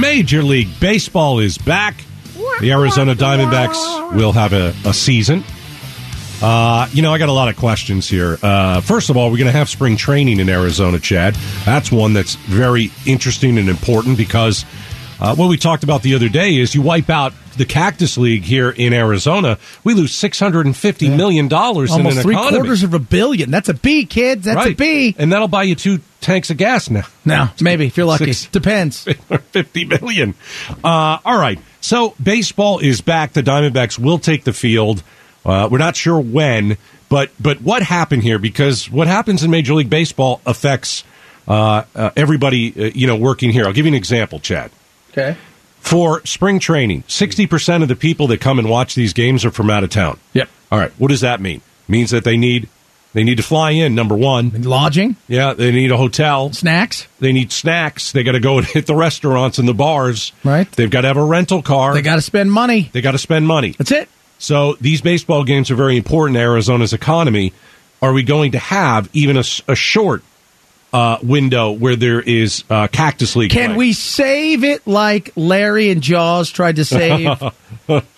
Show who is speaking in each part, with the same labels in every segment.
Speaker 1: Major League Baseball is back. The Arizona Diamondbacks will have a, a season. Uh, you know, I got a lot of questions here. Uh, first of all, we're going to have spring training in Arizona, Chad. That's one that's very interesting and important because uh, what we talked about the other day is you wipe out the Cactus League here in Arizona, we lose six hundred and fifty million dollars in an
Speaker 2: Almost three
Speaker 1: economy.
Speaker 2: quarters of a billion. That's a B, kids. That's a
Speaker 1: right.
Speaker 2: B.
Speaker 1: and that'll buy you two tanks of gas now.
Speaker 2: Now, maybe if you're lucky,
Speaker 1: Six.
Speaker 2: depends.
Speaker 1: or 50 million. Uh, all right. So baseball is back. The Diamondbacks will take the field. Uh, we're not sure when, but but what happened here? Because what happens in Major League Baseball affects uh, uh, everybody. Uh, you know, working here. I'll give you an example, Chad.
Speaker 2: Okay.
Speaker 1: For spring training, sixty percent of the people that come and watch these games are from out of town.
Speaker 2: Yep.
Speaker 1: All right. What does that mean? Means that they need they need to fly in. Number one.
Speaker 2: Lodging,
Speaker 1: Yeah. They need a hotel
Speaker 2: snacks.
Speaker 1: they need snacks. They got to go and hit the restaurants and the bars.
Speaker 2: Right.
Speaker 1: They've got to have a rental car.
Speaker 2: They got to spend money.
Speaker 1: They got to spend money.
Speaker 2: That's it.
Speaker 1: So these baseball games are very important to Arizona's economy. Are we going to have even a, s- a short uh, window where there is uh, Cactus League?
Speaker 2: Can
Speaker 1: play?
Speaker 2: we save it like Larry and Jaws tried to save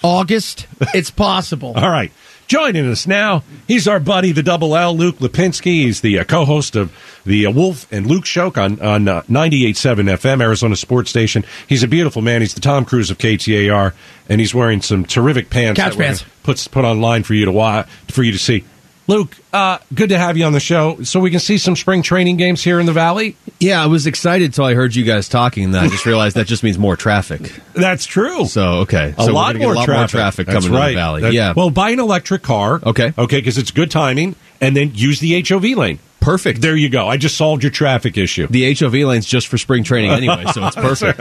Speaker 2: August? It's possible.
Speaker 1: All right. Joining us now, he's our buddy, the double L, Luke Lipinski. He's the uh, co host of the uh, Wolf and Luke Show on, on uh, 98.7 FM, Arizona Sports Station. He's a beautiful man. He's the Tom Cruise of KTAR, and he's wearing some terrific pants.
Speaker 2: Couch
Speaker 1: that we're
Speaker 2: pants.
Speaker 1: gonna Puts, put online for you to watch, for you to see. Luke, uh, good to have you on the show. So we can see some spring training games here in the Valley?
Speaker 3: Yeah, I was excited till I heard you guys talking, and then I just realized that just means more traffic.
Speaker 1: That's true.
Speaker 3: So okay,
Speaker 1: a
Speaker 3: so
Speaker 1: lot,
Speaker 3: we're gonna get
Speaker 1: more,
Speaker 3: a lot
Speaker 1: traffic.
Speaker 3: more traffic
Speaker 1: That's
Speaker 3: coming
Speaker 1: right.
Speaker 3: to the valley.
Speaker 1: That-
Speaker 3: yeah,
Speaker 1: Well, buy an electric car.
Speaker 3: Okay.
Speaker 1: Okay, because it's good timing, and then use the HOV lane.
Speaker 3: perfect.
Speaker 1: There you go. I just solved your traffic issue.
Speaker 3: the HOV lane's just for spring training anyway, so it's perfect.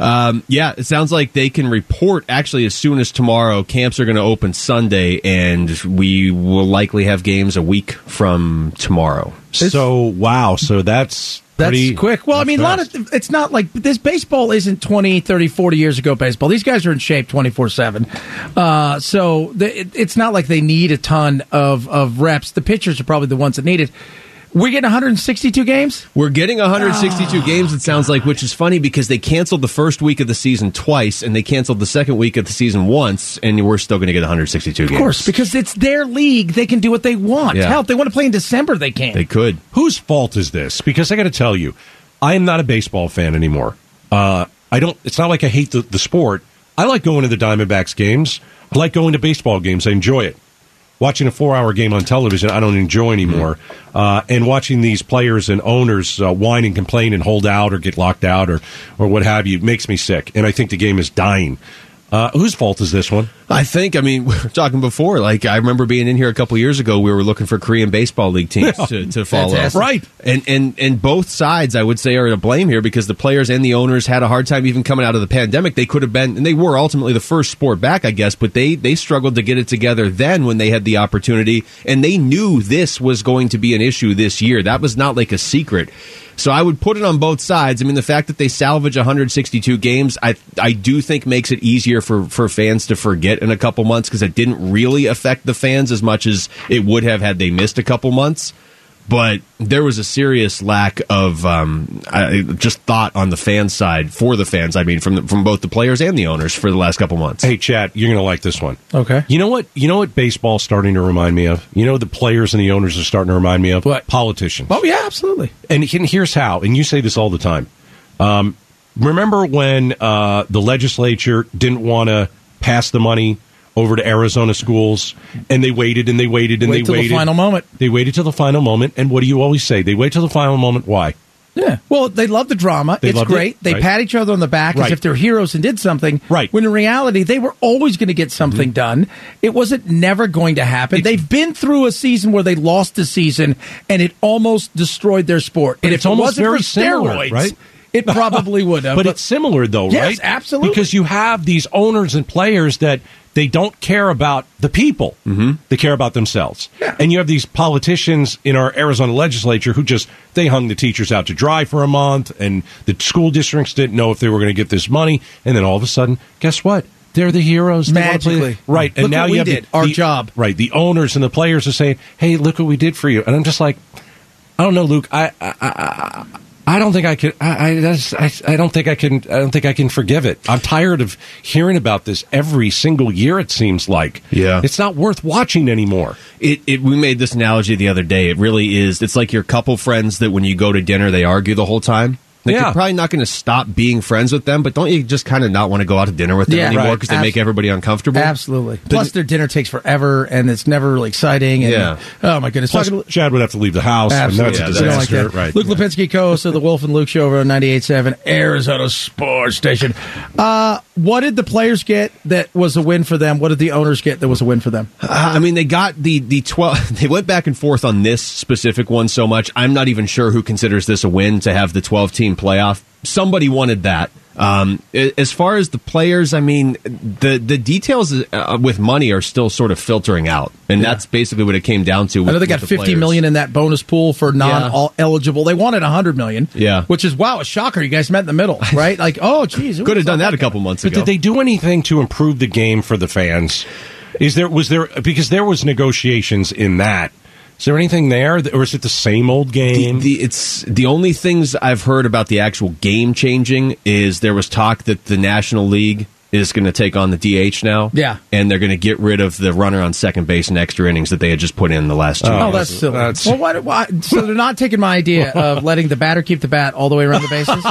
Speaker 3: Um, yeah, it sounds like they can report actually as soon as tomorrow. Camps are going to open Sunday, and we will likely have games a week from tomorrow.
Speaker 1: so wow. So that's
Speaker 2: That's
Speaker 1: pretty
Speaker 2: quick. Well, I
Speaker 1: that's
Speaker 2: mean, a lot
Speaker 1: fast.
Speaker 2: of it's not like this baseball isn't 20, 30, 40 years ago baseball. These guys are in shape 24 7. Uh, so the, it, it's not like they need a ton of, of reps. The pitchers are probably the ones that need it. We're getting 162 games?
Speaker 3: We're getting 162
Speaker 2: Oh,
Speaker 3: games, it sounds like, which is funny because they canceled the first week of the season twice and they canceled the second week of the season once, and we're still going to get 162 games.
Speaker 2: Of course, because it's their league. They can do what they want.
Speaker 3: Yeah.
Speaker 2: Hell, if they want to play in December, they can.
Speaker 3: They could.
Speaker 1: whose fault is this? Because I got to tell you, I am not a baseball fan anymore. Uh, I don't. It's not like I hate the, the sport. I like going to the Diamondbacks games. I like going to baseball games. I enjoy it. Watching a four-hour game on television, I don't enjoy anymore. Uh, and watching these players and owners uh, whine and complain and hold out or get locked out or or what have you makes me sick. And I think the game is dying. Uh, whose fault is this one?
Speaker 3: I think. I mean, we were talking before. Like, I remember being in here a couple years ago. We were looking for Korean baseball league teams to, to follow.
Speaker 2: Fantastic.
Speaker 1: Right.
Speaker 3: And and and both sides, I would say, are to blame here because the players and the owners had a hard time even coming out of the pandemic. They could have been, and they were ultimately the first sport back, I guess. But they they struggled to get it together then when they had the opportunity, and they knew this was going to be an issue this year. That was not like a secret. So I would put it on both sides. I mean, the fact that they salvage 162 games, I I do think makes it easier for for fans to forget in a couple months because it didn't really affect the fans as much as it would have had they missed a couple months. But there was a serious lack of um, I, just thought on the fan side for the fans. I mean, from the, from both the players and the owners for the last couple months.
Speaker 1: Hey, Chad, you're going to like this one.
Speaker 2: Okay.
Speaker 1: You know what? You know what baseball's starting to remind me of. You know what the players and the owners are starting to remind me of
Speaker 2: What?
Speaker 1: politicians.
Speaker 2: oh, yeah, absolutely.
Speaker 1: And, he- and here's how. And you say this all the time. Um, remember when uh, the legislature didn't want to pass the money over to Arizona schools, and they waited and they waited and
Speaker 2: Wait
Speaker 1: they
Speaker 2: till the
Speaker 1: waited
Speaker 2: final moment.
Speaker 1: They waited till the final moment. And what do you always say? They wait till the final moment. Why?
Speaker 2: Yeah. Well, they love the drama.
Speaker 1: They
Speaker 2: it's
Speaker 1: loved it,
Speaker 2: great. They
Speaker 1: right.
Speaker 2: pat each other on the back as
Speaker 1: Right.
Speaker 2: if they're heroes and did something.
Speaker 1: Right. Mm-hmm.
Speaker 2: When in reality, they were always going to get something done. It wasn't never going to happen. They've been through a season where they lost the season and it almost destroyed their sport. And
Speaker 1: it's
Speaker 2: if it
Speaker 1: almost
Speaker 2: wasn't
Speaker 1: very
Speaker 2: for
Speaker 1: similar,
Speaker 2: steroids,
Speaker 1: right?
Speaker 2: it probably would have.
Speaker 1: but, it's similar though,
Speaker 2: Yes,
Speaker 1: right?
Speaker 2: absolutely.
Speaker 1: Because you have these owners and players that they don't care about the people; mm-hmm. they care about themselves.
Speaker 2: Yeah.
Speaker 1: And you have these politicians in our Arizona legislature who just they hung the teachers out to dry for a month, and the school districts didn't know if they were going to get this money, and then all of a sudden, guess what? They're the heroes. They wanna play-
Speaker 2: Magically.
Speaker 1: right? And
Speaker 2: Look
Speaker 1: now
Speaker 2: what
Speaker 1: you
Speaker 2: we
Speaker 1: have the-
Speaker 2: did, our
Speaker 1: the-
Speaker 2: job.
Speaker 1: right? The owners and the players are saying, "Hey, look what we did for you," and I'm just like. I don't know, Luke. I, I, I, I don't think I could. I, I, that's, I, I don't think I can. I don't think I can forgive it. I'm tired of hearing about this every single year. It seems like.
Speaker 3: Yeah.
Speaker 1: It's not worth watching anymore.
Speaker 3: It, it we made this analogy the other day. It really is. It's like your couple friends that when you go to dinner they argue the whole time. Like
Speaker 1: Yeah.
Speaker 3: you're probably not going to stop being friends with them, but don't you just kind of not want to go out to dinner with them
Speaker 2: Yeah.
Speaker 3: anymore
Speaker 2: Right.
Speaker 3: because they
Speaker 2: Abs-
Speaker 3: make everybody uncomfortable?
Speaker 2: Absolutely. Plus, their dinner takes forever, and it's never really exciting. And,
Speaker 3: Yeah.
Speaker 2: Oh my goodness.
Speaker 1: Plus,
Speaker 2: Talking-
Speaker 1: Chad would have to leave the house,
Speaker 2: Absolutely.
Speaker 1: and
Speaker 3: Yeah,
Speaker 1: that's a
Speaker 2: We don't
Speaker 1: disaster,
Speaker 2: like that.
Speaker 1: right?
Speaker 2: Luke Lipinski, co-host of the Wolf and Luke Show over on 98.7 Arizona Sports Station. Uh, what did the players get that was a win for them? What did the owners get that was a win for them?
Speaker 3: Uh, I mean, they got the the twelve. They went back and forth on this specific one so much. I'm not even sure who considers this a win to have the 12 team playoff. Somebody wanted that. Um, a- as far as the players, I mean, the the details uh, with money are still sort of filtering out, and that's basically what it came down to. With,
Speaker 2: I know they got
Speaker 3: with
Speaker 2: fifty million
Speaker 3: players.
Speaker 2: in that bonus pool for
Speaker 3: Yeah.
Speaker 2: non-eligible. They wanted 100 million.
Speaker 3: Yeah.
Speaker 2: Which is, wow, a shocker. You guys met in the middle, right? Like, oh, geez.
Speaker 3: Could have done that a couple months
Speaker 1: But
Speaker 3: ago.
Speaker 1: did they do anything to improve the game for the fans? Is there was there because there was negotiations in that? Is there anything there, or is it the same old game?
Speaker 3: The, the, it's the only things I've heard about the actual game changing is there was talk that the National League is going to take on the DH now.
Speaker 2: Yeah.
Speaker 3: and they're going to get rid of the runner on second base in extra innings that they had just put in the last two.
Speaker 2: Oh,
Speaker 3: years.
Speaker 2: that's silly.
Speaker 1: That's-
Speaker 2: well, why, why, so they're not taking my idea of letting the batter keep the bat all the way around the bases.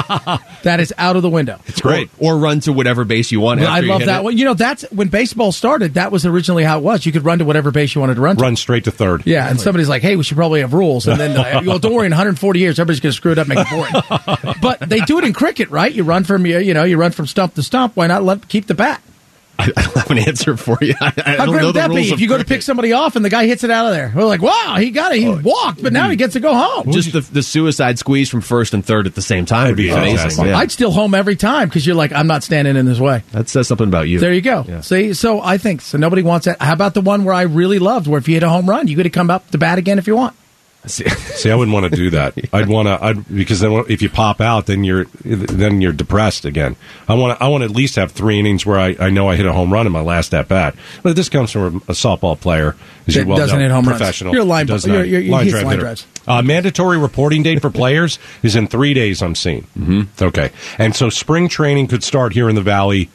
Speaker 2: that is out of the window.
Speaker 1: it's great.
Speaker 3: Or, or run to whatever base you want.
Speaker 2: Well,
Speaker 3: after
Speaker 2: I
Speaker 3: you
Speaker 2: love
Speaker 3: hit
Speaker 2: that
Speaker 3: it.
Speaker 2: one. You know, that's when baseball started. That was originally how it was. You could run to whatever base you wanted to run to.
Speaker 1: Run straight to third.
Speaker 2: Yeah, and somebody's like, "Hey, we should probably have rules." And then, uh, well, don't worry, in 140 years, everybody's going to screw it up, and make it boring. but they do it in cricket, right? You run from you, you know, you run from stump to stump. Why not let keep the bat?
Speaker 3: I, I don't have an answer for you. I,
Speaker 2: How
Speaker 3: I don't
Speaker 2: great
Speaker 3: know
Speaker 2: would
Speaker 3: the
Speaker 2: that
Speaker 3: rules
Speaker 2: be
Speaker 3: of
Speaker 2: if you go to pick
Speaker 3: cricket. Oh,
Speaker 2: somebody off and the guy hits it out of there? We're like, "Wow, he got it. He walked, but now he gets to go home."
Speaker 3: mm. Just the, the suicide squeeze from first and third at the same time would be
Speaker 1: That'd be
Speaker 3: amazing.
Speaker 1: fantastic.
Speaker 3: Yeah.
Speaker 2: I'd still home every time because you're like, "I'm not standing in this way."
Speaker 3: That says something about you.
Speaker 2: There you go.
Speaker 3: Yeah.
Speaker 2: See, so I think so. Nobody wants that. How about the one where I really loved, where if you hit a home run, you get to come up the bat again if you want.
Speaker 1: See, I wouldn't want to do that. I'd want to, I'd because then if you pop out, then you're then you're depressed again. I want to, I want to at least have three innings where I, I know I hit a home run in my last at bat. But this comes from a softball player, as you
Speaker 2: That
Speaker 1: well
Speaker 2: doesn't
Speaker 1: know,
Speaker 2: hit home runs.
Speaker 1: professional.
Speaker 2: You're a line-
Speaker 1: Does
Speaker 2: you're-
Speaker 1: not.
Speaker 2: you're- you
Speaker 1: line
Speaker 2: hit
Speaker 1: drive
Speaker 2: line
Speaker 1: hitter.
Speaker 2: drives.
Speaker 1: Uh, mandatory reporting date for players is in three days. I'm seeing. Mm-hmm. Okay, and so spring training could start here in the valley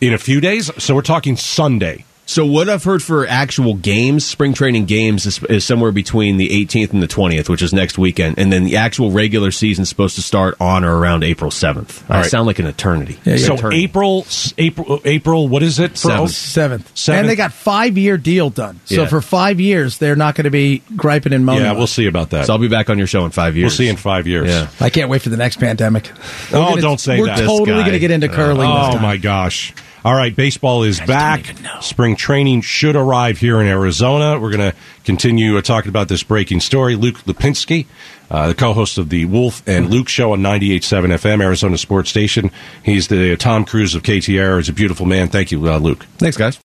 Speaker 1: in a few days. So we're talking Sunday.
Speaker 3: So what I've heard for actual games, spring training games is, is somewhere between the 18th and the 20th, which is next weekend, and then the actual regular season is supposed to start on or around April 7th. I
Speaker 1: right.
Speaker 3: sound like an eternity.
Speaker 2: Yeah, yeah.
Speaker 1: so
Speaker 3: Eternity.
Speaker 1: April, April, April. What is it? for-
Speaker 3: Seventh.
Speaker 2: Seventh.
Speaker 1: Seventh.
Speaker 2: And they got five year deal done. So
Speaker 3: Yeah.
Speaker 2: for five years, they're not going to be griping and moaning.
Speaker 1: Yeah,
Speaker 2: about
Speaker 1: we'll
Speaker 2: it.
Speaker 1: see about that.
Speaker 3: So I'll be back on your show in five years.
Speaker 1: We'll see in five years.
Speaker 3: Yeah.
Speaker 2: I can't wait for the next pandemic.
Speaker 1: Oh,
Speaker 2: We're gonna-
Speaker 1: don't say
Speaker 2: we're
Speaker 1: that.
Speaker 2: We're
Speaker 1: This
Speaker 2: totally
Speaker 3: guy.
Speaker 2: going to get into curling. this
Speaker 1: Oh
Speaker 2: time.
Speaker 1: my gosh! All right, baseball is back.
Speaker 2: even know.
Speaker 1: Spring training should arrive here in Arizona. We're going to continue uh, talking about this breaking story. Luke Lipinski, uh, the co-host of the Wolf and Luke Show on 98.7 FM, Arizona Sports Station. He's the Tom Cruise of KTR. He's a beautiful man. Thank you, uh, Luke.
Speaker 3: Thanks, guys.